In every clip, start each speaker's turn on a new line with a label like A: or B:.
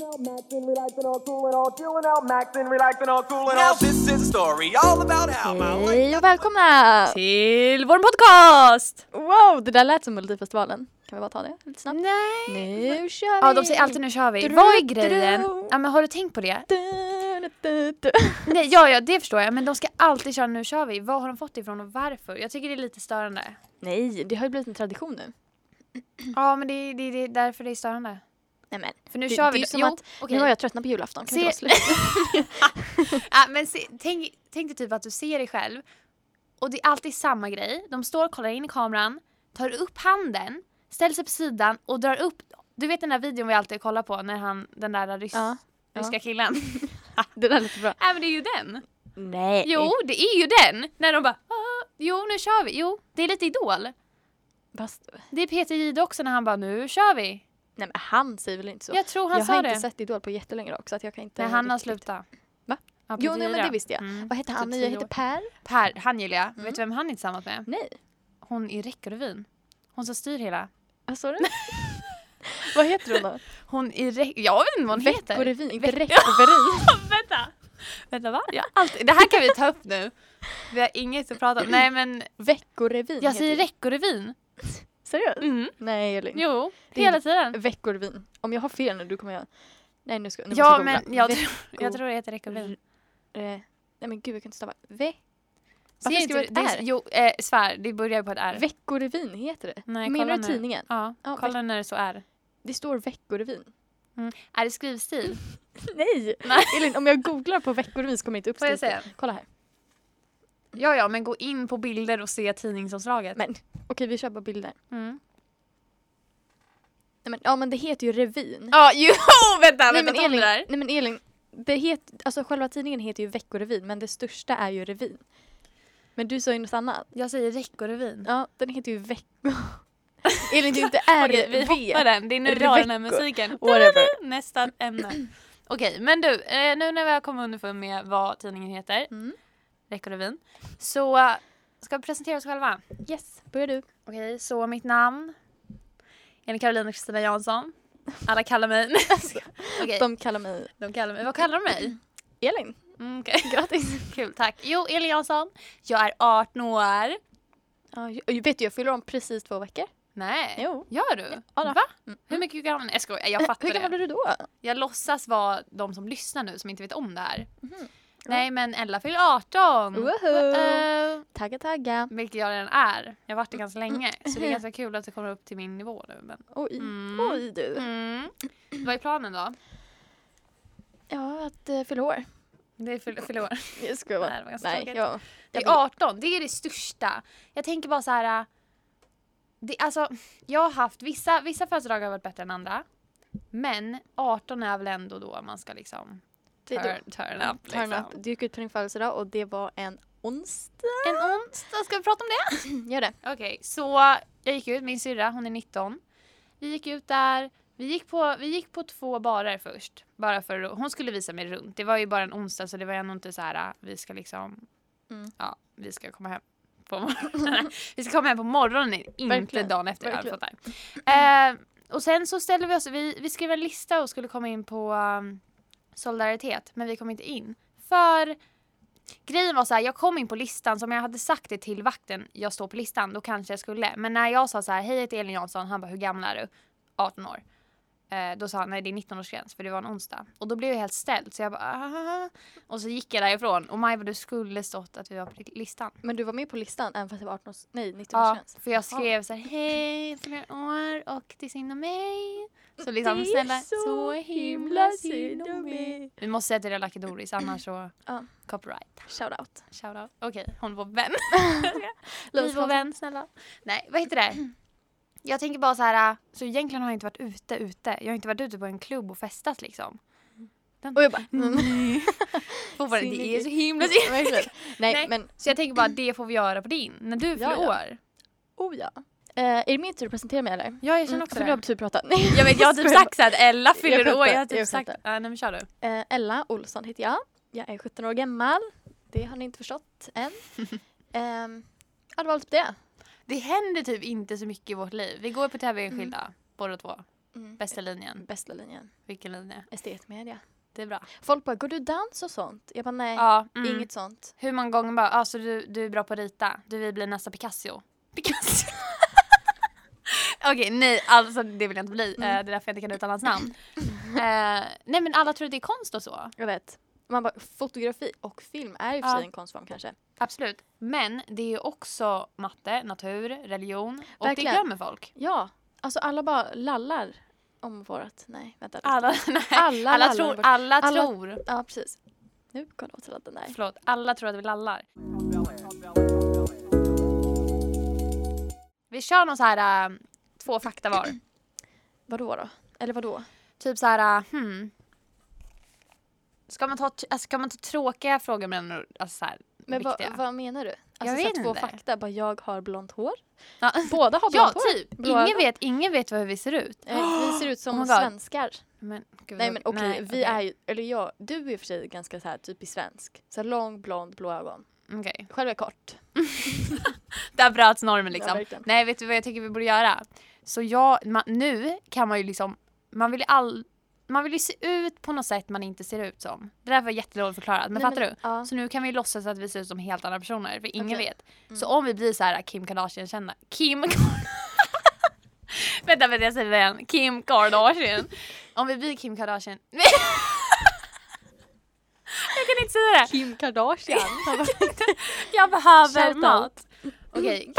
A: maxing, relaxing, all cool and all chilling out, maxing, relaxing, all cool and
B: Now
A: all.
B: this is a story all about how my life.
C: Hej och välkomna
D: Till vår podcast!
C: Wow, det där lät som Melodifestivalen. Kan vi bara ta det lite snabbt?
D: Nej.
C: Nu kör vi!
D: Ja, de säger alltid nu kör vi.
C: Dru-
D: Vad är
C: dru-
D: grejen? Ja, men har du tänkt på det?
C: Du-du-du-du.
D: Nej, ja, ja, det förstår jag. Men de ska alltid köra nu kör vi. Vad har de fått det ifrån och varför? Jag tycker det är lite störande.
C: Nej, det har ju blivit en tradition nu.
D: Ja, men det är det, det, är därför det är störande.
C: Nej men,
D: För nu
C: Det- det
D: kör vi.
C: är
D: då.
C: som
D: Jo,
C: att-
D: okej.
C: nu har jag tröttnat på julafton. Kan vi
D: Se-
C: inte bara sluta?
D: Ja, men se, tänk, tänk dig typ att du ser dig själv och det är alltid samma grej. De står, kollar in i kameran, tar upp handen, ställer sig på sidan och drar upp. Du vet den där videon vi alltid kollar på när han, den där ryss,
C: Ja, ja.
D: ryska killen.
C: det där lät bra.
D: Nej men det är ju den.
C: Nej.
D: Jo, det är ju den. När de bara "Ah, Jo, nu kör vi. Jo, det är lite Idol.
C: Fast,
D: Det är Peter Jihde också när han bara nu kör vi.
C: nej men han säger väl inte så?
D: Jag tror han
C: jag
D: sa
C: har
D: det.
C: inte sett Idol på jättelänge dock så att jag kan inte...
D: när han har
C: riktigt-
D: slutat.
C: Va?
D: Ja,
C: Jo,
D: Peter
C: nej, men
D: Jihde.
C: det visste jag.
D: Mm.
C: Vad heter han?
D: Typ
C: Jag
D: tio
C: heter
D: år.
C: Per?
D: Per, han gillar jag. Vet du vem han är tillsammans med?
C: Nej.
D: Hon i Recordvin. Hon som styr hela.
C: Vad sa du? Vad heter hon då?
D: Hon i Re- Jag vet inte vad hon heter.
C: Veckorevyn, inte Reckorevyn.
D: Vänta! Vänta va? Jag har alltid... Det här kan vi ta upp nu. Vi har inget att prata om. Nej men
C: Veckorevyn
D: jag säger
C: heter-
D: Recordvyn.
C: Seriöst?
D: Mm.
C: Nej Elin.
D: Jo,
C: Det-
D: hela tiden.
C: Veckorevyn. Om jag har fel nu, då kommer jag... Nej nu ska nu måste
D: Ja
C: jag
D: men
C: googla.
D: jag,
C: Ve-
D: tror- jag tror det heter Recordvin.
C: eh, Nej men gud jag kan inte stava. Ve-
D: Ser
C: Varför
D: inte
C: skriver du
D: du- det
C: ett
D: är,
C: R?
D: Jo, eh, svär. Det börjar på ett R.
C: Veckorevyn heter det.
D: Nej, kolla
C: Menar du
D: nu.
C: tidningen?
D: Ja,
C: Ja,
D: kolla när det så är.
C: Det står Veckorevyn.
D: Är det skrivstil?
C: Nej! Elin om jag googlar på Veckorevyn så kommer jag inte upp
D: Får jag
C: stilen. Kolla här.
D: Ja, ja, men gå in på bilder och se tidningsomslaget.
C: Men okej vi kör bara bilder.
D: Mm.
C: Nej, men, ja men det heter ju revyn.
D: Ja, jo, vänta,
C: nej, men
D: ta om
C: Elin,
D: det där.
C: nej men Elin, det het, alltså, själva tidningen heter ju Veckorevyn men det största är ju Revyn. Men du sa ju något annat.
D: Jag säger Reckorevyn.
C: Ja, den heter ju Vecko. Elin, det är inte RV.
D: Okej, vi hoppar den. Det är nu vi har den här musiken.
C: Whatever.
D: Nästa ämne. Okej, men du, eh, nu när vi har kommit underfund med vad tidningen heter,
C: Mm.
D: Reckorevyn, så eh, ska vi presentera oss själva.
C: Yes, börjar du.
D: Okej, så mitt namn? Jag är Karolina Kristina Jansson. Alla kallar mig... Okej,
C: De kallar mig
D: de kallar mig... Vad kallar de mig?
C: Elin.
D: Mm, okej.
C: Grattis.
D: Kul, tack. Jo, Elin Jansson. Jag är 18 år.
C: Ja, ju- vet du, jag fyller om precis två veckor.
D: Nej.
C: Jo.
D: Gör du?
C: Ja, då. Mm. Eh,
D: Va? Hur mycket gammal? Nej, Jag skojar, jag
C: Hur
D: fattar
C: gammal
D: det.
C: blir du då?
D: Jag låtsas vara de som lyssnar nu som inte vet om det här. Nej, men Ella fyller 18.
C: Mhm. Woho!
D: Eh,
C: Tagga, tagga.
D: vilket jag redan är. Jag har varit det ganska länge. Så det är ganska kul att det kommer upp till min nivå nu. Men...
C: Oj,
D: Mm.
C: oj du.
D: Mm. Vad är planen då?
C: Ja, att uh, fylla år.
D: Det är fyll- fylla år.
C: Jag skojar
D: Nej, det var
C: bara.
D: ganska
C: Nej,
D: tråkigt.
C: ja.
D: Det
C: Jag
D: är 18, det är det största. Jag tänker bara så här. äh, Det, alltså, jag har haft vissa, vissa födelsedagar har varit bättre än andra. Men 18 är väl ändå då man ska liksom
C: Det är
D: turn, turn up. Liksom.
C: Turn up. Du gick ut på din födelsedag och det var en onsdag.
D: En onsdag, ska vi prata om det?
C: Gör det.
D: Okej, så jag gick ut, min syrra hon är 19. Vi gick ut där, vi gick på, vi gick på två barer först. Bara för, att- hon skulle visa mig runt. Det var ju bara en onsdag så det var ju ändå inte så här äh, vi ska liksom,
C: Mm.
D: ja vi ska komma hem. På morgonen. vi ska komma hem på morgonen, inte
C: Verkligen,
D: dagen efter. ja,
C: verkligen.
D: jag fattar. Eh, och sen så ställde vi oss, vi, vi skrev en lista och skulle komma in på um, Solidaritet, men vi kom inte in. För grejen var så här, jag kom in på listan, som jag hade sagt det till vakten, jag står på listan, då kanske jag skulle. Men när jag sa så här, hej jag heter Elin Jansson, han bara, hur gammal är du? 18 år. Eh, då sa han, nej det är 19-årsgräns, för det var en onsdag. Och då blev jag helt ställd, så jag bara, ah. Och så gick jag därifrån, och Maj bara, du skulle stått att vi var på listan.
C: Men du var med på listan även fast det var 18 års, nej 19
D: Ja,
C: års
D: för jag skrev så här, hej, jag fyller år och det är synd om mig. Så liksom, snälla, så himla synd om mig. Vi måste säga till Relaki Doris, annars så
C: Ja.
D: copyright.
C: Shout out.
D: Shoutout. Okej, hon är vår vän.
C: Love
D: Vi
C: is
D: är vår
C: constant.
D: vän, snälla. Nej, vad heter det? Jag tänker bara så här, äh, så egentligen har jag inte varit ute, ute. Jag har inte varit ute på en klubb och festat liksom.
C: Och jag bara, mm.
D: Fortfarande, oh, det är så himla synd.
C: nej,
D: Nej.
C: nej men,
D: Så jag tänker bara, det får vi göra på din, när du fyller
C: ja.
D: år.
C: oh ja. Eh, är det min tur att presentera mig eller?
D: Ja, jag känner
C: Mm,
D: också
C: för nu
D: det.
C: har typ pratat. Nej,
D: Jag vet, jag har typ
C: skojar bara.
D: sagt såhär att Ella
C: Jag
D: fyller
C: skämtar,
D: år. Jag har typ
C: jag
D: sagt...
C: skämtar.
D: Ja, nej men kör du.
C: Eh, Ella Olsson heter jag. Jag är 17 år gammal. Det har ni inte förstått än. um, ja, det var allt på det.
D: Mm. Det händer typ inte så mycket i vårt liv. Vi går på tävlingar enskilda, båda två.
C: Mm.
D: Bästa linjen.
C: Bästa linjen.
D: Vilken linje?
C: Estetmedia.
D: Det är bra.
C: Folk bara, går du dans och sånt? Jag bara, nej.
D: Ja, mm.
C: Inget sånt.
D: Hur många gånger bara, alltså du, du är bra på att rita, du vill bli nästa Picasso. Picasso! Okej, nej alltså det vill jag inte bli. Eh, Det är därför jag inte kan uttala hans namn. Eh, nej men alla tror att det är konst och så.
C: Jag vet. Man bara, fotografi och film är i och för
D: Ja.
C: sig en konstform kanske.
D: Absolut. Men det är ju också matte, natur, religion och
C: Verkligen.
D: det glömmer folk.
C: Ja, alltså alla bara lallar om vårat... Nej, vänta.
D: Alla, nej,
C: Alla
D: alla,
C: lallar
D: tror,
C: bort.
D: alla,
C: Alla-
D: tror,
C: Ja, precis. Nu går det åt helvete. Nej.
D: förlåt, alla tror att vi lallar. Vi kör någon så här eh, två fakta var.
C: Vadå då? Eller vadå?
D: Typ så här, uh, hmm. Ska man ta, t- alltså, ska man ta tråkiga frågor med ändå alltså, så här,
C: Men vad,
D: viktiga?
C: vad menar du? Alltså,
D: Jag
C: så här
D: vet
C: två
D: inte.
C: fakta. Bara jag har blont hår.
D: Ja.
C: Båda har blont
D: Ja,
C: hår.
D: typ.
C: Blå
D: Ingen
C: ögon.
D: vet, ingen vet hur vi ser ut.
C: Eh, vi ser ut som
D: Oh my God.
C: svenskar.
D: Men, gud,
C: Nej
D: vad-
C: men okej,
D: nej,
C: vi
D: okej.
C: är ju, eller jag, du är i och för sig ganska så här typiskt svensk. Så här lång, blond, blå ögon.
D: Okej.
C: Själv är jag kort.
D: Där bröts normen
C: Ja,
D: liksom.
C: verkligen.
D: nej, vet du vad jag tycker vi borde göra? Så jag, ma, nu kan man ju liksom, man vill ju all, man vill ju se ut på något sätt man inte ser ut som. Det där var jättedåligt förklarat, men
C: Nej,
D: fattar du?
C: Ja.
D: Så nu kan vi låtsas att vi ser ut som helt andra personer, för ingen
C: Okej. Mm.
D: vet. Så om vi blir så här Kim Kardashian-kända, Kim Vänta, vänta jag säger det igen. Kim Kardashian. Om vi blir Kim Kardashian. Nej. jag kan inte säga det.
C: Kim Kardashian. Han bara,
D: Jag behöver
C: Shoutout.
D: mat. Okej,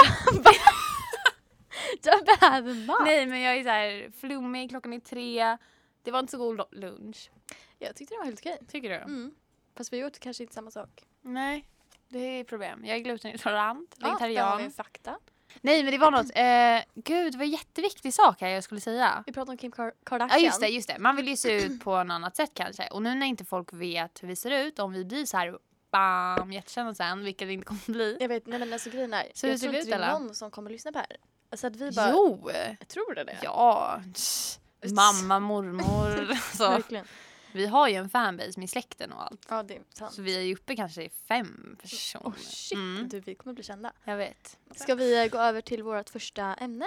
C: jag behöver mat.
D: nej men jag är så här flummig, klockan är tre. Det var inte så god lo- lunch.
C: Jag tyckte det var helt okej.
D: Tycker du?
C: Mm. Fast vi åt kanske inte samma sak.
D: Nej. Det är problem. Jag är glutenintolerant,
C: där har
D: vegetarian.
C: vi en fakta.
D: nej men det var något. Eh, gud, det var en jätteviktig sak här jag skulle säga.
C: Vi pratade om Kim Kar- Kardashian.
D: Ja just det, just det. Man vill ju se ut på något annat sätt kanske. Och nu när inte folk vet hur vi ser ut, om vi blir så här bam, jättekända sen, vilket det inte kommer bli.
C: Jag vet, nej men alltså grejen är,
D: Så hur
C: jag
D: ser
C: tror
D: vi
C: inte
D: ut,
C: det är
D: eller?
C: någon som kommer lyssna på det här. Så att vi bara,
D: Jo!
C: tror du det?
D: Ja. tss, Mamma, mormor. Så.
C: Verkligen.
D: Vi har ju en fanbase med släkten och allt.
C: Ja det är sant.
D: Så vi är ju uppe kanske i fem personer.
C: Åh shit,
D: Mm,
C: du vi kommer bli kända.
D: jag vet.
C: Ska vi eh, gå över till vårt första ämne?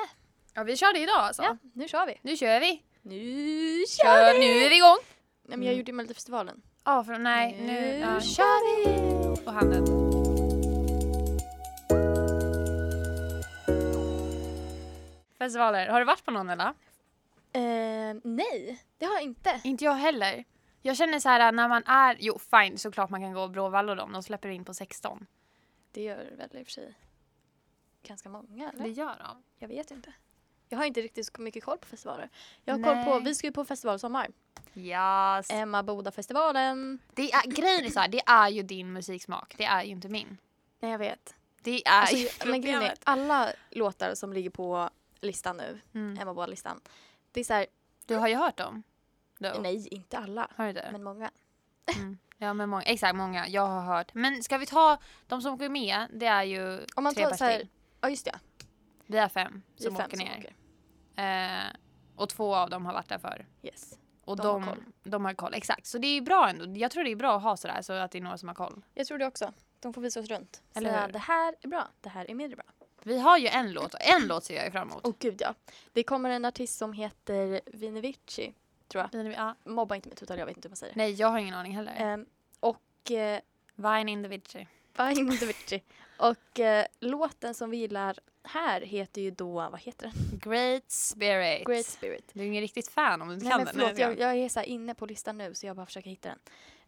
D: Ja vi kör det idag alltså.
C: Ja, nu kör vi.
D: Nu kör vi.
C: Nu
D: Kör, nu är vi igång.
C: Nej men jag gjorde ju Melodifestivalen.
D: Ja, för, nej,
C: Nu
D: nu ja.
C: kör
D: vi! Och handen. Festivaler, har du varit på någon eller?
C: Eh, nej, det har jag inte.
D: Inte jag heller. Jag känner så här äh, när man är, jo fine såklart man kan gå Bråvalla och dem, de släpper in på 16.
C: Det gör väl i och för sig ganska många eller?
D: Det gör de.
C: Jag vet inte. Jag har inte riktigt så mycket koll på festivaler. Jag har koll på,
D: Nej.
C: vi ska ju på festival i sommar.
D: Yes.
C: Emma Boda-festivalen.
D: Eh, Det är, grejen är så här, det är ju din musiksmak, det är ju inte min.
C: Nej jag vet.
D: Det är
C: Alltså,
D: ju
C: jag- men grejen är,
D: problemet.
C: alla låtar som ligger på listan nu,
D: Mm.
C: Emma Boda-listan. Det är såhär,
D: Du har ju hört dem? Då.
C: nej inte alla.
D: Har du det?
C: Men många.
D: Mm. Ja men många, exakt många, jag har hört. Men ska vi ta de som åker med, det är ju
C: Om man
D: tre
C: tar
D: pers
C: så här,
D: till.
C: ja just det.
D: Vi är fem
C: Vi är
D: som
C: fem
D: åker
C: som
D: ner. Eh, och två av dem har varit där förr.
C: Yes.
D: Och
C: De har
D: de, de, har
C: koll.
D: koll, exakt. Så det är ju bra ändå. Jag tror det är bra att ha sådär så att det är några som har koll.
C: Jag tror det också. De får visa oss runt.
D: Eller
C: Säga,
D: hur?
C: det här är bra, det här är mindre bra.
D: Vi har ju en låt och en låt ser jag ju fram emot.
C: Åh gud ja. Det kommer en artist som heter Vinivici.
D: Blir det- ja.
C: Mobba inte mitt uttal, jag vet inte hur man säger.
D: Nej jag har ingen aning heller.
C: Ehm, och eh,
D: Vine in the Vici.
C: Vinivici. och eh, låten som vi gillar här heter ju då, vad heter den?
D: Great Spirit.
C: Great Spirit.
D: Du är ingen riktigt fan om du inte
C: Nej
D: kan
C: men
D: den.
C: förlåt,
D: jag
C: jag,
D: skojar.
C: jag är så här inne på listan nu så jag bara försöker hitta den.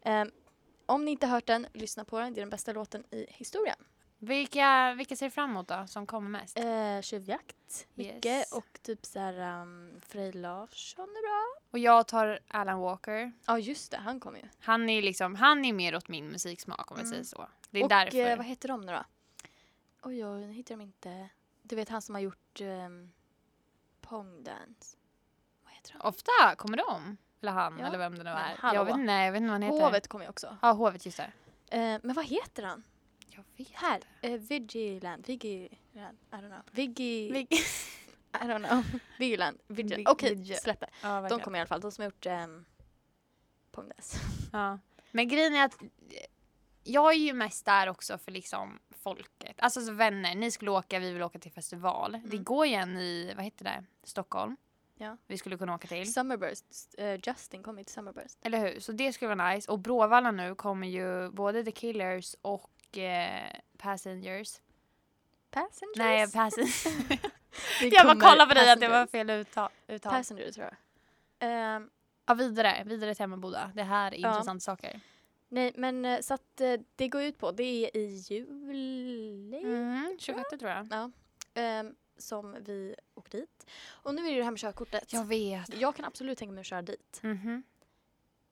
C: Ehm, om ni inte har hört den, lyssna på den. Det är den bästa låten i historien.
D: vilka, vilka ser du fram emot då som kommer mest?
C: Eh, Tjuvjakt, Micke
D: Yes.
C: och typ så här um, Frej Larsson är bra.
D: Och jag tar Alan Walker.
C: Ja just det, han kommer ju.
D: Han är liksom, han är mer åt min musiksmak om jag
C: Mm.
D: säger så. Det är
C: och
D: därför.
C: eh, vad heter de nu då? Oj, oj, nu hittar de inte. Du vet han som har gjort um, Pong Dance. Vad heter han?
D: Ofta kommer de. Eller han
C: Ja,
D: eller vem det nu
C: men
D: är.
C: hallå.
D: Jag vet, nej, jag vet inte vad han heter.
C: Hovet kommer ju också.
D: Ja, hovet just det.
C: Eh, men vad heter han?
D: Jag vet.
C: Här, eh, Vigiland, Vigiland, I don't know. Vigi,
D: Vil-
C: I don't know. Vigiland, Vigiland.
D: Vig-
C: Okej,
D: Vigi-
C: släpp det.
D: ja,
C: De
D: verkligen.
C: kommer i alla fall, de som har gjort um, Pong Dance.
D: ja. Men grejen är att eh, jag är ju mest där också för liksom folket. Alltså så vänner, ni skulle åka, vi vill åka till festival. Det går ju en i, vad heter det, Stockholm.
C: Mm. Ja.
D: vi skulle kunna åka till.
C: Summerburst, eh, Justin kommer ju till Summerburst.
D: Eller hur? Så det skulle vara nice. Och Bråvalla nu kommer ju både The Killers och eh, Passengers.
C: Passengers?
D: Nej, Passengers.
C: Det
D: jag bara
C: kommer
D: kollade på dig att det var
C: Passengers.
D: fel uttal. uttal.
C: Passengers tror jag. Ehm,
D: Ja, vidare. Vidare till Emmaboda. Det här är
C: Ja.
D: intressanta saker.
C: nej men eh, så att eh, det går ut på, det är i juli
D: Mm, 26 tror jag.
C: ehm, som vi åker dit. Och nu är det ju det här med körkortet.
D: Jag vet.
C: Jag kan absolut tänka mig att köra dit.
D: Mhm.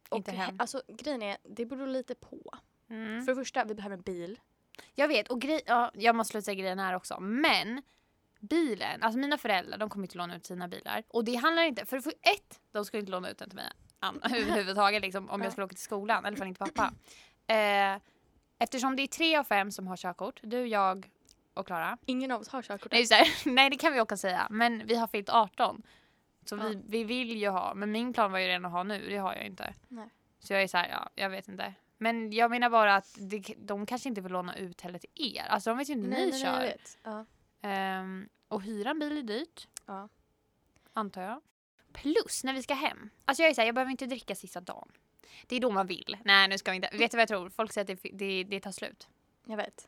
C: Och
D: Inte hem.
C: Alltså grejen är, det beror lite på.
D: Mm.
C: För det första, vi behöver en bil.
D: Jag vet, och grej, ja, jag måste sluta säga grejen här också. Men bilen, alltså mina föräldrar de kommer inte låna ut sina bilar. Och det handlar inte, för, för ett, de skulle inte låna ut den till mig an- överhuvudtaget liksom, om jag skulle åka till skolan, eller fall inte pappa. Eh, eftersom det är tre av fem som har körkort, du, jag och Klara.
C: Ingen av oss har körkort.
D: Nej, just det. Nej det kan vi också säga, men vi har fyllt 18. Så vi,
C: Ja.
D: vi vill ju ha, men min plan var ju redan att ha nu, det har jag inte.
C: Nej.
D: Så jag är så här, ja, jag vet inte. Men jag menar bara att det, de kanske inte vill låna ut heller till er. Alltså de vet ju inte hur ni
C: jag
D: kör.
C: vet. Ja.
D: Ehm, och hyra en bil är dyrt.
C: Ja.
D: Antar jag. Plus när vi ska hem. Alltså jag är så här, jag behöver inte dricka sista dagen. Det är då man vill. Nej nu ska vi inte. Vet du vad jag tror? Folk säger att det, det, det tar slut.
C: Jag vet.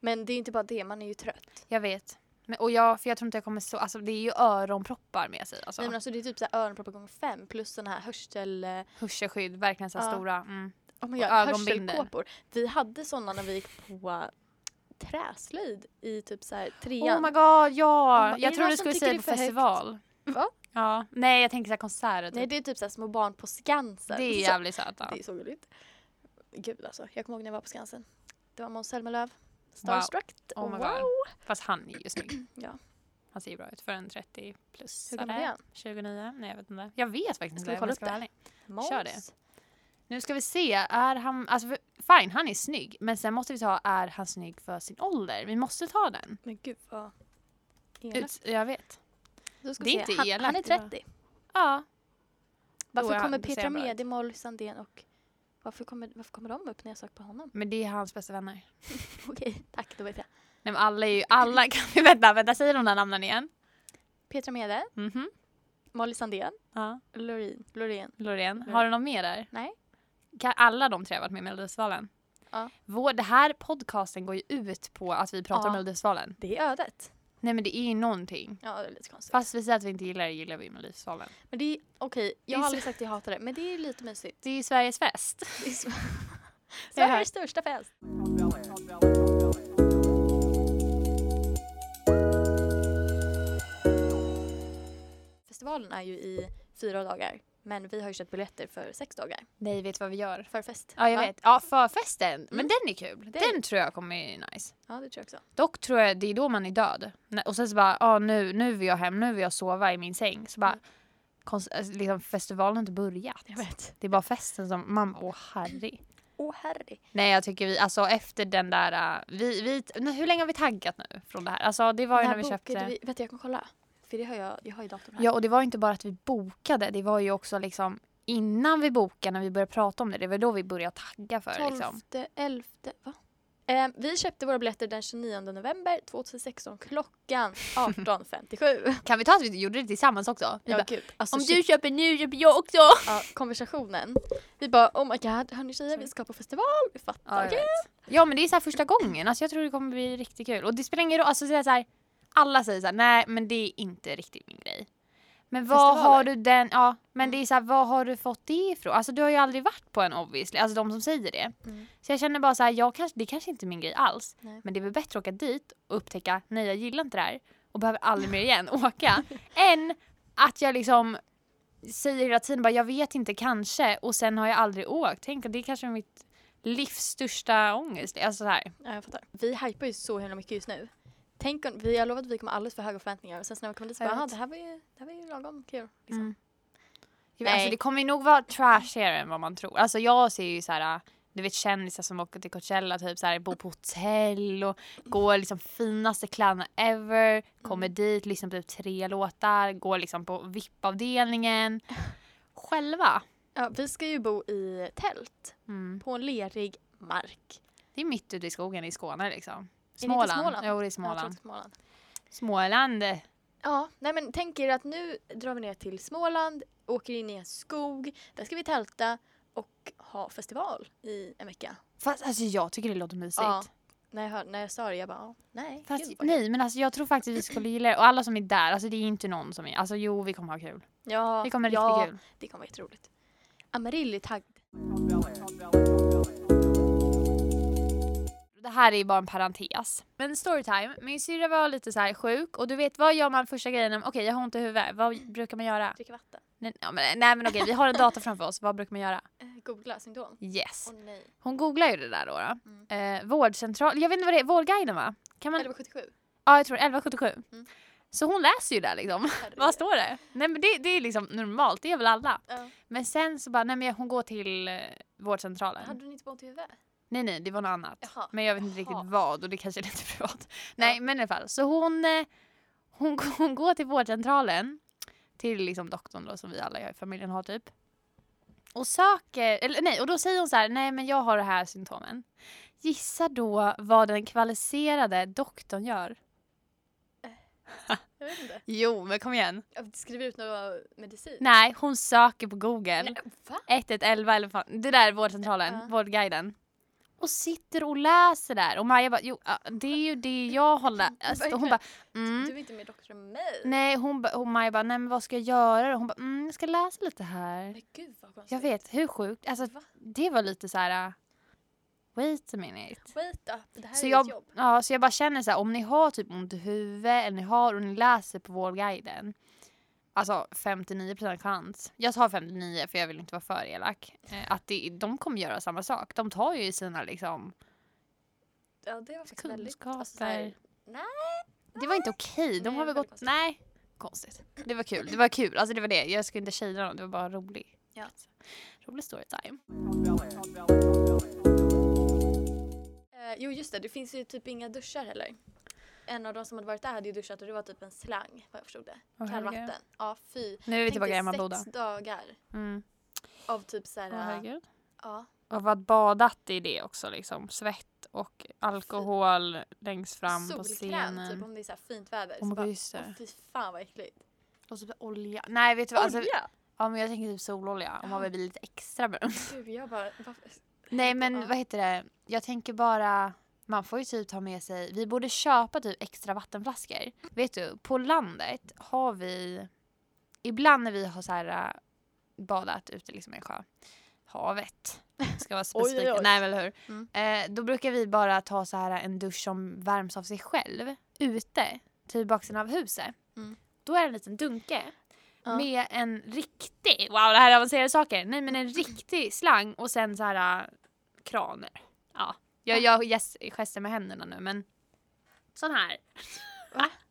C: Men det är ju inte bara det, man är ju trött.
D: Jag vet. Men, och jag, för jag tror inte jag kommer så, alltså det är ju öronproppar med sig. Alltså.
C: Nej, men alltså, det är typ så här öronproppar gånger fem plus den här hörsel... eh,
D: Hörselskydd, verkligen så här
C: Ja.
D: stora. Mm.
C: Oh my
D: Och
C: God,
D: ögonbindel.
C: hörselkåpor. Vi hade sådana när vi gick på eh, träslöjd i typ så här trean.
D: Oh my god, ja!
C: Är det
D: jag tror
C: någon
D: du
C: som
D: skulle
C: tycker
D: säga
C: det är
D: på
C: för högt?
D: festival.
C: Va?
D: Ja. Nej jag tänker så här konserter. Typ.
C: Nej det är typ så här små barn på Skansen.
D: Det är
C: Så-
D: jävligt söta.
C: Det är så gulligt. Gud alltså, jag kommer ihåg när jag var på Skansen. Det var Måns Zelmerlöw. Starstruck.
D: Oh my
C: wow.
D: god. Fast han är ju snygg.
C: Ja.
D: Han ser ju bra ut för en 30 plus.
C: Hur gammal är han?
D: 29? Nej jag vet inte. Jag vet faktiskt inte.
C: vi
D: om
C: kolla
D: jag
C: upp
D: vara
C: det?
D: ärlig.
C: Måns.
D: Kör det. Nu ska vi se, är han... Alltså för, fine, han är snygg. Men sen måste vi ta, är han snygg för sin ålder? Vi måste ta den.
C: Men gud vad elakt.
D: Ut, jag vet.
C: Då ska
D: det
C: vi
D: är
C: se.
D: inte
C: han,
D: elakt,
C: han är
D: det var-
C: 30.
D: Ja. Då
C: Varför
D: är han-
C: kommer
D: det ser
C: Petra
D: bra ut.
C: Mede, Molly Sandén och varför kommer, varför kommer de upp när jag söker på honom?
D: Men det är hans bästa vänner.
C: Okej, tack då vet jag.
D: Nej men alla är ju, alla kan vi vänta, vänta säger de där namnen igen?
C: Petra Mede,
D: Mhm.
C: Molly Sandén,
D: Ja.
C: Loreen. Loreen.
D: Loreen, har du någon mer där?
C: Nej.
D: Kan alla de tre ha varit med i Melodifestivalen?
C: Ja.
D: Vår, det här podcasten går ju ut på att vi pratar
C: Ja.
D: om Melodifestivalen.
C: Det är ödet.
D: Nej men det är ju någonting.
C: Ja, det är lite konstigt.
D: Fast vi säger att vi inte gillar det gillar vi Melodifestivalen.
C: Men det är okej,
D: Det är
C: jag har
D: så-
C: aldrig sagt att jag hatar det, men det är lite mysigt.
D: Det är ju Sveriges fest.
C: Det är så-
D: Jag hör.
C: Sveriges största fest. Festivalen är ju i fyra dagar, men vi har ju köpt biljetter för sex dagar.
D: Nej vet vad vi gör.
C: För fest.
D: Ja jag vet. Ja förfesten. Men den är kul.
C: är-
D: Den tror jag kommer bli nice.
C: Ja, det tror jag också.
D: Dock tror jag det är då man är död. När- Och sen så bara, ah, nu, nu vill jag hem, nu vill jag sova i min säng. Så bara, konst, alltså, liksom, festivalen har inte börjat.
C: Jag vet.
D: Det är bara festen som, man, åh herre.
C: Åh herre.
D: Nej jag tycker vi, alltså efter den där, äh, vi, vi, nej, hur länge har vi taggat nu från det här? Alltså det var ju
C: Den
D: när
C: här
D: vi
C: boken,
D: köpte.
C: Vi, vet du, jag kan kolla. För det har jag, jag har ju datorn här.
D: Ja och det var ju inte bara att vi bokade, det var ju också liksom innan vi bokade, när vi började prata om det, det var då vi började tagga för
C: 12,
D: liksom.
C: 11, va? Eh, vi köpte våra biljetter den 29 november 2016 klockan 18.57.
D: Kan vi ta att vi gjorde det tillsammans också? Vi
C: Ja,
D: bara,
C: gud. Alltså,
D: om
C: shit.
D: du köper nu köper jag också!
C: ja, konversationen. Vi bara oh my god, hörni tjejer vi ska på festival, vi fattar.
D: Ja, jag
C: Okej.
D: vet. ja men det är så här första gången, alltså jag tror det kommer bli riktigt kul. Och det spelar ingen roll, alltså det är så här, alla säger så här, nej men det är inte riktigt min grej. Men vad
C: Festivaler. Mm.
D: har du den, ja men det är så här, vad har du fått det ifrån? Alltså du har ju aldrig varit på en obviously, alltså de som säger det.
C: Mm.
D: Så jag känner bara så här, jag kanske, det kanske inte är min grej alls.
C: Nej.
D: Men det är väl bättre att åka dit och upptäcka, nej jag gillar inte det här och behöver aldrig mer igen åka. än att jag liksom säger hela tiden bara jag vet inte kanske och sen har jag aldrig åkt. Tänk att det är kanske mitt livs största ångest. Alltså så här.
C: Ja, jag fattar. Vi hypar ju så himla mycket just nu. Tänk om, vi har lovat att vi kommer ha alldeles för höga förväntningar och sen så när vi kommer dit så
D: Jag
C: bara, "Ah,
D: vet.
C: det här var ju, det här var ju lagom kul. Liksom.
D: Mm.
C: Nej.
D: Alltså, det kommer ju nog vara trashigare än vad man tror. Alltså jag ser ju så här du vet kändisar som åker till Coachella, typ så här, bor på hotell och går liksom finaste kläderna ever, kommer dit, lyssnar på typ tre låtar, går liksom på VIP-avdelningen. Själva.
C: Ja, vi ska ju bo i tält
D: Mm.
C: på en lerig mark.
D: Det är mitt ute i skogen i Skåne liksom.
C: Är det inte
D: Småland.
C: Småland?
D: Jo, det
C: Ja,
D: är
C: jag tror att
D: Småland.
C: det är Småland.
D: Småland.
C: Ja, nej men tänk er att nu drar vi ner till Småland, åker in i en skog, där ska vi tälta och ha festival i en vecka.
D: Fast alltså jag tycker det låter mysigt.
C: Ja. När jag, hör, när jag sa det, jag bara, ja, nej.
D: Fast,
C: gud vad kul.
D: nej men alltså jag tror faktiskt vi skulle gilla det. Och alla som är där, alltså det är inte någon som är, alltså jo vi kommer ha kul.
C: Ja,
D: Vi kommer ha
C: ja,
D: riktigt kul.
C: det kommer vara jätteroligt. Amarillo är taggad.
D: Det här är bara en parentes. Men storytime, min syrra var lite så här sjuk och du vet vad gör man första grejen? om- Okej jag har ont i huvudet, vad brukar man göra?
C: Dricka vatten.
D: Nej, ja, men, nej men okej vi har en dator framför oss, vad brukar man göra?
C: Eh, Googla symptom.
D: Yes.
C: Åh nej.
D: Hon googlar ju det där då. då. Eh, vårdcentral, jag vet inte vad det är, Vårdguiden va? Kan man,
C: 1177.
D: ja jag tror 1177.
C: Mm.
D: Så hon läser ju där liksom. Vad står det? Nej men det, det är liksom normalt, det gör väl alla.
C: Ja.
D: Men sen så bara, nej men hon går till eh, vårdcentralen.
C: Hade du inte ont i huvudet?
D: Nej nej, det var något annat.
C: Jaha.
D: Men jag vet inte
C: Jaha.
D: riktigt vad och det kanske är lite privat. Nej men i alla fall, så hon, eh, hon, hon går till vårdcentralen, till liksom doktorn då som vi alla i familjen har typ. Och söker, eller nej, och då säger hon så här, nej men jag har det här symptomen. Gissa då vad den kvalificerade doktorn gör.
C: Jag vet inte.
D: Jo, men kom igen.
C: Jag skriver ut någon medicin.
D: Nej, hon söker på google.
C: va?
D: 1111 eller fan, det där är vårdcentralen,
C: Ja.
D: vårdguiden. Och sitter och läser där och Maja bara jo ja, det är ju det jag har läst. Alltså, hon bara
C: Du
D: mm.
C: är inte mer doktor än mig.
D: Nej hon ba, och Maja bara nej men vad ska jag göra då? Hon bara mm, jag ska läsa lite här.
C: Men gud vad konstigt.
D: Jag vet, hur sjukt? Alltså
C: Va?
D: det var lite så här. uh, Wait a minute.
C: Wait up, ah, det här
D: Så
C: är
D: jag,
C: ett jobb.
D: ja, så jag bara känner så här, om ni har typ ont i huvudet eller ni har och ni läser på Vårdguiden. Alltså 59% chans. Jag tar 59 för jag vill inte vara för elak. eh, Att det, de kommer göra samma sak. De tar ju sina liksom
C: Ja, det var faktiskt väldigt...
D: kunskaper.
C: Alltså, så här,
D: det var inte okej. De
C: Ah, Nej,
D: har väl
C: det var
D: gått...
C: konstigt.
D: Nej. Konstigt. Det var kul. Det var kul. Alltså det var det. Jag skulle inte tjejda någon. Det var bara rolig.
C: Ja.
D: Rolig storytime.
C: eh, jo just det, det finns ju typ inga duschar heller. En av de som hade varit där hade ju duschat och det var typ en slang vad jag förstod det.
D: Åh, herregud.
C: Kallvatten. Ja fy.
D: Nu är vi
C: Tänk
D: tillbaka i
C: dig
D: Emmaboda.
C: sex dagar
D: Mm.
C: av typ
D: Åh,
C: såhär...
D: herregud.
C: ja.
D: Och vad badat i det också liksom. Svett och alkohol längst fram
C: Solkräm
D: på scenen.
C: typ om det är såhär fint väder.
D: Oh my
C: så
D: God,
C: bara,
D: just det.
C: åh, fy fan vad äckligt.
D: Och så olja. Nej vet du vad. Alltså,
C: Olja!
D: ja men jag tänker typ sololja. Om man vill bli lite extra brun.
C: Gud jag bara... varför-
D: Nej men
C: Ja.
D: vad heter det. Jag tänker bara. Man får ju typ ta med sig. Vi borde köpa typ extra vattenflaskor. Vet du på landet har vi. Ibland när vi har så här äh, badat ute liksom i en sjö. Havet. Ska vara
C: Oj, oj,
D: specifik.
C: oj.
D: Nej men eller hur.
C: Mm.
D: Eh, då brukar vi bara ta så här en dusch som värms av sig själv. Ute. Typ baksidan av huset.
C: Mm.
D: Då är det en liten dunke.
C: Ja.
D: Med en riktig, wow det här är avancerade saker. Nej men en
C: Mm.
D: riktig slang och sen så här äh, kraner. Ja. Jag gör yes, gester med händerna nu men. Sån här.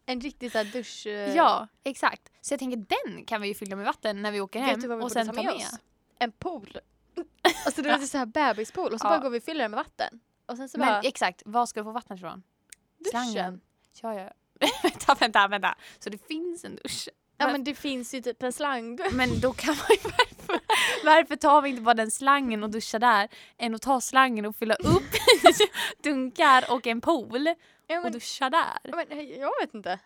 C: En riktig såhär dusch... eh,
D: Ja exakt. Så jag tänker den kan vi ju fylla med vatten när vi åker hem.
C: Vet du vad vi
D: och
C: borde
D: sen
C: ta med, oss? En pool. Alltså det var så här bebispool och så
D: Ja.
C: bara går vi och fyller den med vatten. Och sen så
D: Men
C: bara
D: exakt, var ska du få vattnet ifrån?
C: duschen.
D: Slangen. Ja ja. vänta vänta vänta. Så det finns en dusch.
C: Ja men det finns ju typ en slang.
D: Men då kan man ju varför, varför tar vi inte bara den slangen och duschar där än att ta slangen och fylla upp dunkar och en pool
C: Ja,
D: och
C: men,
D: duscha där? Mm,
C: ja, men, jag vet inte.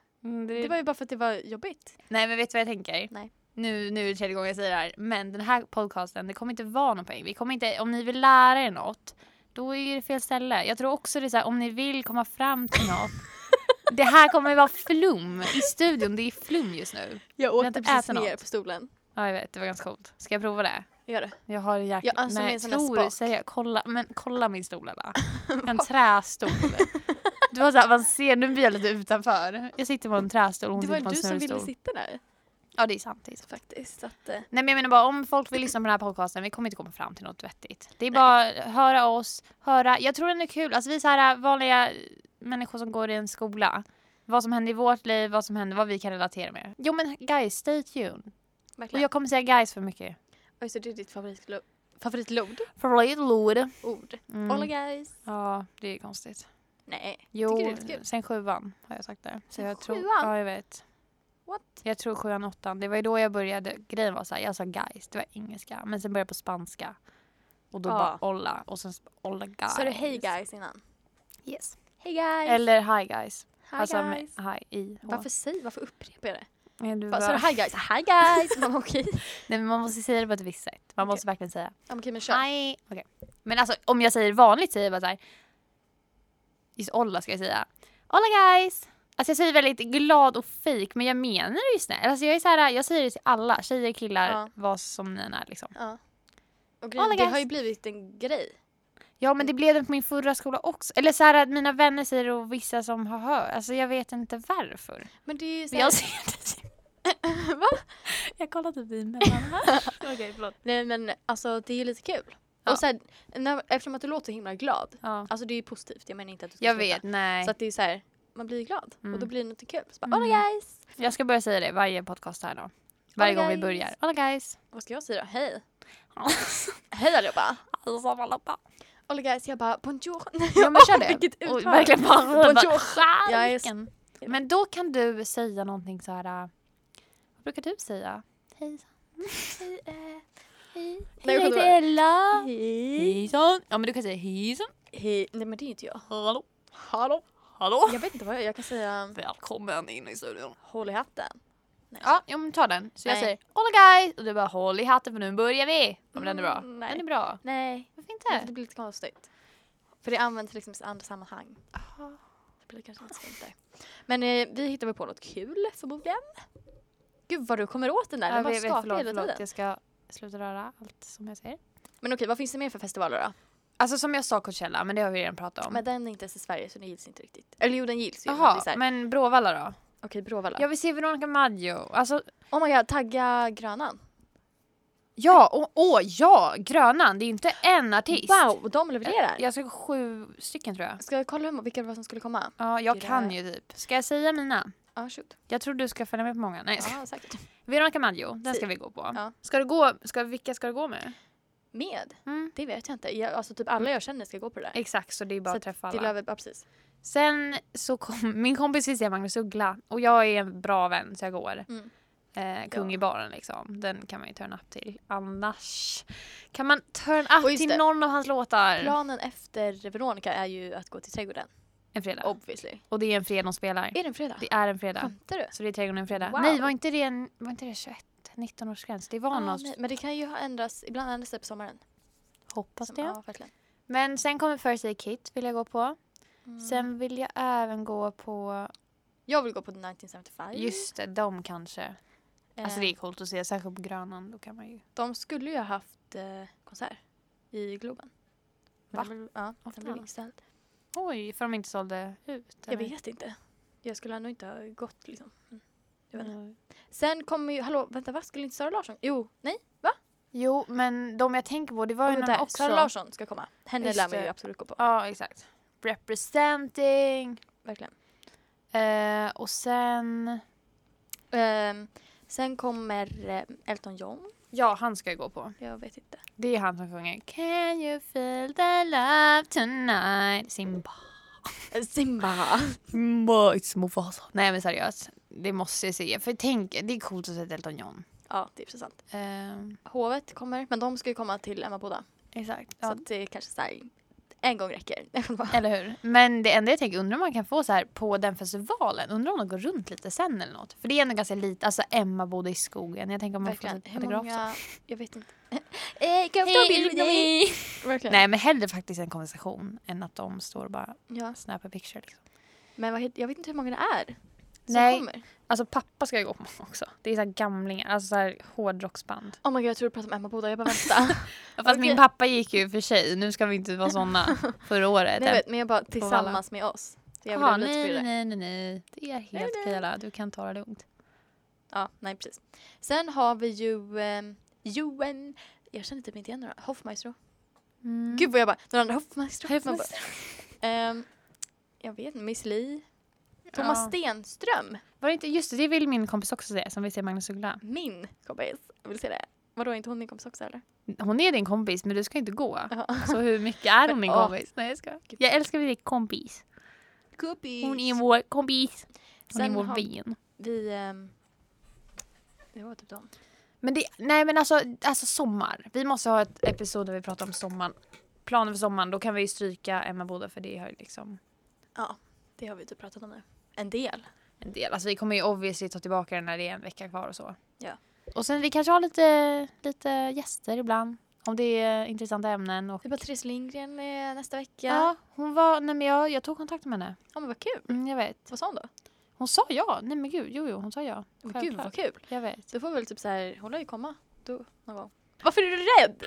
C: Det var ju bara för att det var jobbigt.
D: Nej men vet du vad jag tänker?
C: Nej.
D: Nu, nu är det tredje gången jag säger det här men den här podcasten det kommer inte vara någon poäng. Vi kommer inte, om ni vill lära er något då är det fel ställe. Jag tror också det är så här, om ni vill komma fram till något Det här kommer vara flum i studion, det är flum just nu.
C: Jag
D: åkte precis ner
C: på stolen.
D: Ja jag vet, det var ganska coolt. Ska jag prova det?
C: Gör det.
D: Jag har en jäkla...
C: Ja, alltså med en sån där
D: tror
C: spak.
D: du? Säger jag, kolla, men kolla min stol Ella. En trästol. Du var såhär, man ser, nu blir jag lite utanför. Jag sitter på en trästol och hon
C: Det
D: sitter
C: var
D: på en
C: du som ville
D: snurrstol.
C: sitta där
D: Ja det är sant. Det är sant.
C: faktiskt. Så att, eh,
D: Nej men jag menar bara om folk vill lyssna på den här podcasten, vi kommer inte komma fram till något vettigt. Det är bara höra oss, höra, jag tror den är kul. Alltså vi är så här vanliga människor som går i en skola. Vad som händer i vårt liv, vad som händer, vad vi kan relatera med. Jo men guys, stay tuned. Och
C: verkligen.
D: jag kommer säga guys för mycket.
C: Oj, så det är ditt favoritlo- favoritlord?
D: Förlåt Lord.
C: Ord.
D: Mm.
C: Hola guys.
D: Ja, det är konstigt.
C: Nej.
D: Jo,
C: Tycker du det är lite kul?
D: sen sjuan har jag sagt det. Så
C: Sen
D: jag tror,
C: sjuan?
D: ja, jag vet.
C: What?
D: Jag tror sjuan, åttan. Det var ju då jag började. Grejen var så här, jag sa guys, det var engelska. Men sen började jag på spanska. Och då
C: Ja.
D: bara olla. Och sen olla guys.
C: Sa du hej guys innan?
D: Yes.
C: Hej guys.
D: Eller hi guys.
C: Hi
D: alltså med
C: guys.
D: hi i H.
C: Varför säger, varför upprepar jag det?
D: Ja, du
C: Bara,
D: bara-
C: sa du hi guys? Hi guys! Man bara okej.
D: Nej, men man måste säga det på ett visst sätt. Man
C: Okej.
D: måste verkligen säga
C: Ja, men Okej men kör.
D: hi. Okej. Men alltså om jag säger vanligt säger jag bara så här. Just olla ska jag säga. Hola guys! Alltså jag säger väldigt glad och fejk men jag menar det ju snällt. Alltså jag är så här, jag säger det till alla, tjejer, killar,
C: Ja.
D: vad som ni är liksom.
C: Ja. Och
D: Hola,
C: grejen, det
D: guys.
C: har ju blivit en grej.
D: Ja men det blev det på min förra skola också. Eller så här att mina vänner säger det och vissa som har hört. Alltså jag vet inte varför.
C: Men det är ju så
D: Men
C: här,
D: jag ser det. Va? Jag kollar typ emellan här. Okej förlåt.
C: Nej men alltså det är ju lite kul.
D: Ja.
C: Och så här, när, eftersom att du låter så himla glad.
D: Ja.
C: Alltså det är ju positivt, jag menar inte att du ska
D: Jag
C: sluta.
D: vet, nej.
C: Så att det är så här, man blir glad
D: Mm.
C: och då blir det något kul. Så bara,
D: Mm.
C: Hola guys!
D: Jag ska börja säga det varje podcast här då. Varje
C: Hola,
D: gång vi
C: guys.
D: börjar. Hola guys!
C: Vad ska jag säga då? Hej! Hej allihopa! Hola guys, jag bara bonjour.
D: Ja men kör det.
C: Vilket
D: Och
C: uttal.
D: verkligen bara
C: Bonjour.
D: bara,
C: Jag är
D: skärken. Men då kan du säga någonting så här. äh, Vad brukar du säga? Hej. Hej, eh, hej.
C: Nej,
D: Hej, jag
C: jag
D: heter
C: kommer
D: Ella.
C: Hej!
D: Hejsan. Ja men du kan säga hejsan.
C: Hej! Nej men det är inte jag.
D: Hallå.
C: Hallå!
D: Hallå.
C: Jag vet inte vad jag, jag kan säga
D: Välkommen in i studion.
C: håll i hatten.
D: Ja, ja men ta den. Så jag
C: Nej.
D: säger Hola guys! Och du bara håll i hatten för nu börjar vi. Ja, men den är bra.
C: Mm, nej.
D: Den är bra.
C: Nej,
D: Varför
C: det
D: inte?
C: blir lite konstigt. För det används liksom i andra sammanhang. Det blir kanske inte så fint där. Men eh, vi hittar väl på något kul förmodligen. Gud vad du kommer åt den där, den
D: Ja,
C: bara
D: vi- vi-
C: skakar hela tiden.
D: Jag ska sluta röra allt som jag säger.
C: Men okej, vad finns det mer för festivaler då?
D: Alltså som jag sa Coachella, men det har vi redan pratat om.
C: Men den är inte ens i Sverige så den gills inte riktigt. Eller jo den gills ju. men det är
D: Jaha,
C: så här-
D: men Bråvalla då?
C: Okej, Bråvalla.
D: Jag vill se Veronica Maggio. Alltså,
C: Oh my god, tagga Grönan.
D: ja, åh, åh ja, Grönan. Det är ju inte en artist.
C: Wow, de levererar.
D: Jag ska sju stycken tror jag.
C: Ska jag kolla hur, må- vilka det var som skulle komma?
D: Ja, jag
C: Fyra.
D: kan ju typ. Ska jag säga mina?
C: Ja, shoot.
D: Jag tror du ska följa med på många. Nej, jag skojar.
C: Ja, säkert.
D: Veronica Maggio, den
C: Si.
D: ska vi gå på.
C: Ja.
D: Ska du gå, ska, vilka ska du gå med?
C: Med?
D: Mm.
C: Det vet jag inte. Jag, alltså typ alla jag känner ska gå på det där.
D: Exakt, så det är bara
C: Så
D: att träffa
C: Det
D: alla.
C: lär väl, ja, precis.
D: Sen så kom min kompis vill se Magnus Uggla och jag är en bra vän så jag går.
C: Mm.
D: Eh, kung
C: Ja.
D: i baren liksom. Den kan man ju turn up till. Annars kan man turn up
C: Och just
D: till
C: det.
D: någon av hans låtar.
C: Planen efter Veronica är ju att gå till trädgården.
D: En fredag. Och,
C: Obviously.
D: det är en fredag de spelar.
C: Är det en fredag?
D: Det är en fredag.
C: Skämtar du?
D: Så det är trädgården en fredag.
C: Wow.
D: Nej, var inte det, en, var inte det 21? 19-årsgräns. Det var
C: Ja,
D: något.
C: nej, men det kan ju ha ändrats. Ibland ändras det på sommaren.
D: Hoppas
C: Som-
D: det.
C: Ja, verkligen.
D: Men sen kommer First Aid Kit vill jag gå på.
C: Mm.
D: Sen vill jag även gå på,
C: Jag vill gå på 1975.
D: just det, de kanske.
C: Eh,
D: Alltså det är coolt att se, särskilt på Grönan. Då kan man ju.
C: De skulle ju ha haft eh, konsert i Globen. Men
D: Va?
C: den blev- Ja,
D: Åh,
C: den blev
D: fan.
C: inställd.
D: Oj, för de inte sålde ut?
C: Jag vet inte. Jag skulle ändå inte ha gått liksom. Mm. Jag vet inte. Sen kommer ju, hallå vänta va? Skulle inte Sara Larsson? Jo, nej.
D: Jo, men de jag tänker på, det var ju
C: Och
D: någon
C: där,
D: också.
C: Sara Larsson ska komma. Henne
D: Just
C: lär man
D: det.
C: ju absolut gå på.
D: Ja, exakt. Representing.
C: Verkligen.
D: Eh, och sen...
C: Ehm, sen kommer eh, Elton John.
D: Ja, han ska jag gå på.
C: Jag vet inte.
D: Det är han som sjunger Can you feel the love tonight? Simba.
C: Simba.
D: Eh, Simba, it's Mufasa. Nej men seriöst, det måste jag säga. För tänk, det är coolt att se Elton John.
C: Ja, det är precis sant.
D: Eh,
C: Hovet kommer, men de ska ju komma till Emmaboda.
D: exakt.
C: Så
D: Ja,
C: att det är kanske så här, en gång räcker.
D: Eller hur? Men det enda jag tänker, undrar om man kan få så här på den festivalen, undrar om de går runt lite sen eller något. För det är ändå ganska lite, alltså Emma bodde i skogen. Jag tänker om man
C: Verkligen.
D: får en
C: Hur
D: autograf så.
C: många? Jag vet inte. Eh, kan jag ta en bild med dig? Verkligen.
D: Nej men hellre faktiskt en konversation än att de står och bara
C: Ja.
D: snappar picture liksom.
C: Men vad heter, jag vet inte hur många det är som
D: Nej.
C: kommer.
D: Alltså pappa ska jag gå på också. Det är så här gamlingar, alltså så här hårdrocksband.
C: Oh my god, jag tror du pratar om Emmaboda. Jag bara vänta.
D: Fast min pappa gick ju för sig, nu ska vi inte vara sådana förra året.
C: Nej, jag vet, men jag bara
D: Valla.
C: tillsammans med oss. Så jag
D: ah,
C: blev lite
D: nej,
C: förvirrad.
D: nej, nej, nej. Det är helt
C: nej.
D: okej alla, du kan ta det lugnt.
C: Ja, nej precis. Sen har vi ju ehm, Johan, jag känner typ inte igen några, Hoffmeister.
D: Mm.
C: Gud vad jag bara, några andra Hoffmeister. Man
D: Hoffmeister.
C: bara, ehm, jag vet inte, Miss Li. Thomas
D: Ja.
C: Stenström,
D: Var det inte, just det, det vill min kompis också säga som vill se Magnus Uggla.
C: min kompis. Jag vill se det. Vadå, är inte hon din kompis också eller?
D: Hon är din kompis men du ska inte gå.
C: Ja.
D: Så hur mycket är hon
C: Men,
D: din
C: ja.
D: kompis? Nej jag ska. Jag älskar att vi är kompis.
C: Gubbis.
D: Hon är vår kompis. Hon
C: Sen
D: är vår
C: har
D: vän.
C: vi... ehm, det var typ dem.
D: Men det, nej men alltså, alltså sommar. Vi måste ha ett episod där vi pratar om sommaren. Planer för sommaren. Då kan vi ju stryka Emma Boda för det har ju liksom.
C: Ja, det har vi typ pratat om nu. En del.
D: en del. Alltså vi kommer ju obviously ta tillbaka den när det är en vecka kvar och så.
C: Ja.
D: Och sen vi kanske har lite, lite gäster ibland. Om det är intressanta ämnen. Och,
C: Det är Patrice Lindgren eh, nästa vecka.
D: ja. hon var, nej men jag, jag tog kontakt med henne.
C: Ja men vad kul.
D: Mm, jag vet.
C: Vad sa hon då?
D: Hon sa ja. Nej men gud, jo jo hon sa ja.
C: Men gud vad
D: Självklart.
C: kul.
D: Jag vet.
C: Då får vi väl typ så här, hon lär ju komma då, någon gång. Varför är du rädd?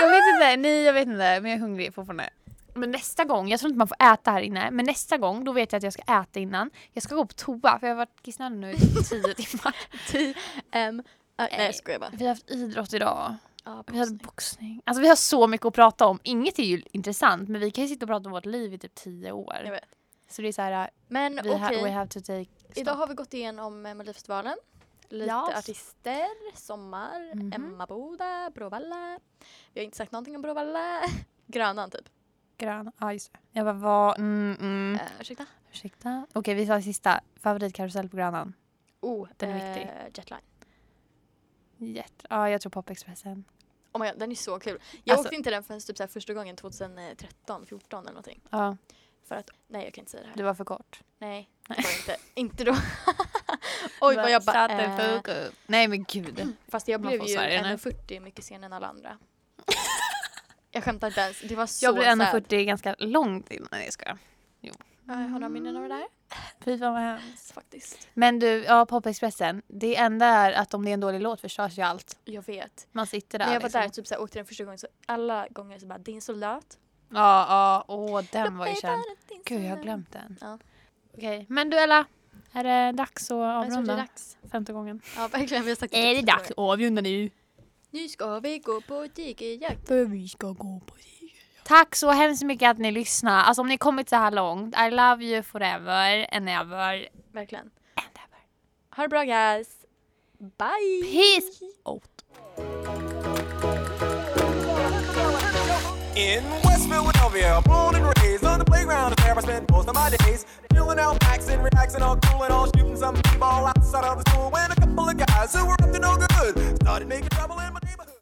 D: Jag vet inte, nej jag vet inte men jag är hungrig fortfarande. Men nästa gång, jag tror inte man får äta här inne, men nästa gång då vet jag att jag ska äta innan. Jag ska gå på toa för jag har varit kissnödig nu i tio timmar.
C: TM. ehm, nej jag skojar bara.
D: Vi har haft idrott idag.
C: Ja,
D: Vi hade boxning. Alltså vi har så mycket att prata om. Inget är ju intressant men vi kan ju sitta och prata om vårt liv i typ tio år.
C: Jag vet.
D: Så det är så här, uh,
C: Men
D: vi
C: okej.
D: ha, we have to take stock.
C: Idag har vi gått igenom eh, Melodifestivalen. Lite
D: Ja.
C: artister, Sommar,
D: Mhm.
C: Emmaboda, Bråvalla. Vi har inte sagt någonting om Bråvalla. Grönan typ.
D: grön. Ja just det. Jag bara vad, mm, mm.
C: Eh, ursäkta?
D: Ursäkta. Okej vi tar sista. Favoritkarusell på Grönan.
C: Oh,
D: Den är
C: eh,
D: viktig.
C: Jetline.
D: Jätte, ja jag tror Popexpressen.
C: Oh my God, den är så kul. Jag
D: Alltså-
C: åkte inte den förrän typ så här första gången 2013, 14 eller någonting.
D: Ja
C: För att, nej jag kan inte säga det här.
D: det var för kort.
C: Nej, det var jag inte. inte då. Oj vad jag bara... Mm,
D: Satte
C: Eh,
D: fokus. Nej men gud.
C: fast jag
D: Man
C: blev
D: får
C: ju
D: Sverige nu.
C: 1,40 mycket senare än alla andra. jag skämtar inte ens. Det var så
D: Jag blev
C: sad.
D: 1,40 ganska långt innan. Nej jag skojar.
C: Ja, Jag har några minnen av det där.
D: Fy fan vad hemskt.
C: Faktiskt.
D: Men du, ja Popexpressen. Det enda är att om det är en dålig låt förstörs ju allt.
C: Jag vet.
D: Man sitter där
C: När jag var
D: liksom.
C: där typ såhär, åkte den första gången så alla gånger så bara din soldat.
D: Ja, ja, åh den var ju
C: Jag
D: känd.
C: bara, "Din
D: Gud, jag har
C: soldat."
D: glömt den.
C: Ja.
D: Okej, men du Ella. Är det dags att
C: Men så är det
D: avrunda?
C: dags.
D: Femte gången.
C: Ja verkligen, vi har sagt
D: Är det
C: tusen
D: dags
C: gånger.
D: att avrunda nu?
C: Nu ska vi gå på tigerjakt.
D: För vi ska gå på Tack så hemskt mycket att ni lyssnar. Alltså om ni kommit så här långt. I love you forever and ever.
C: Verkligen.
D: And ever.
C: Ha det bra guys. Bye!
D: Peace Oh. out.
B: In West Philadelphia, born and raised on the playground is where I spent most of my days. Chilling out, maxing, relaxing, all cool and all shooting some ball outside of the school. When a couple of guys who were up to no good started making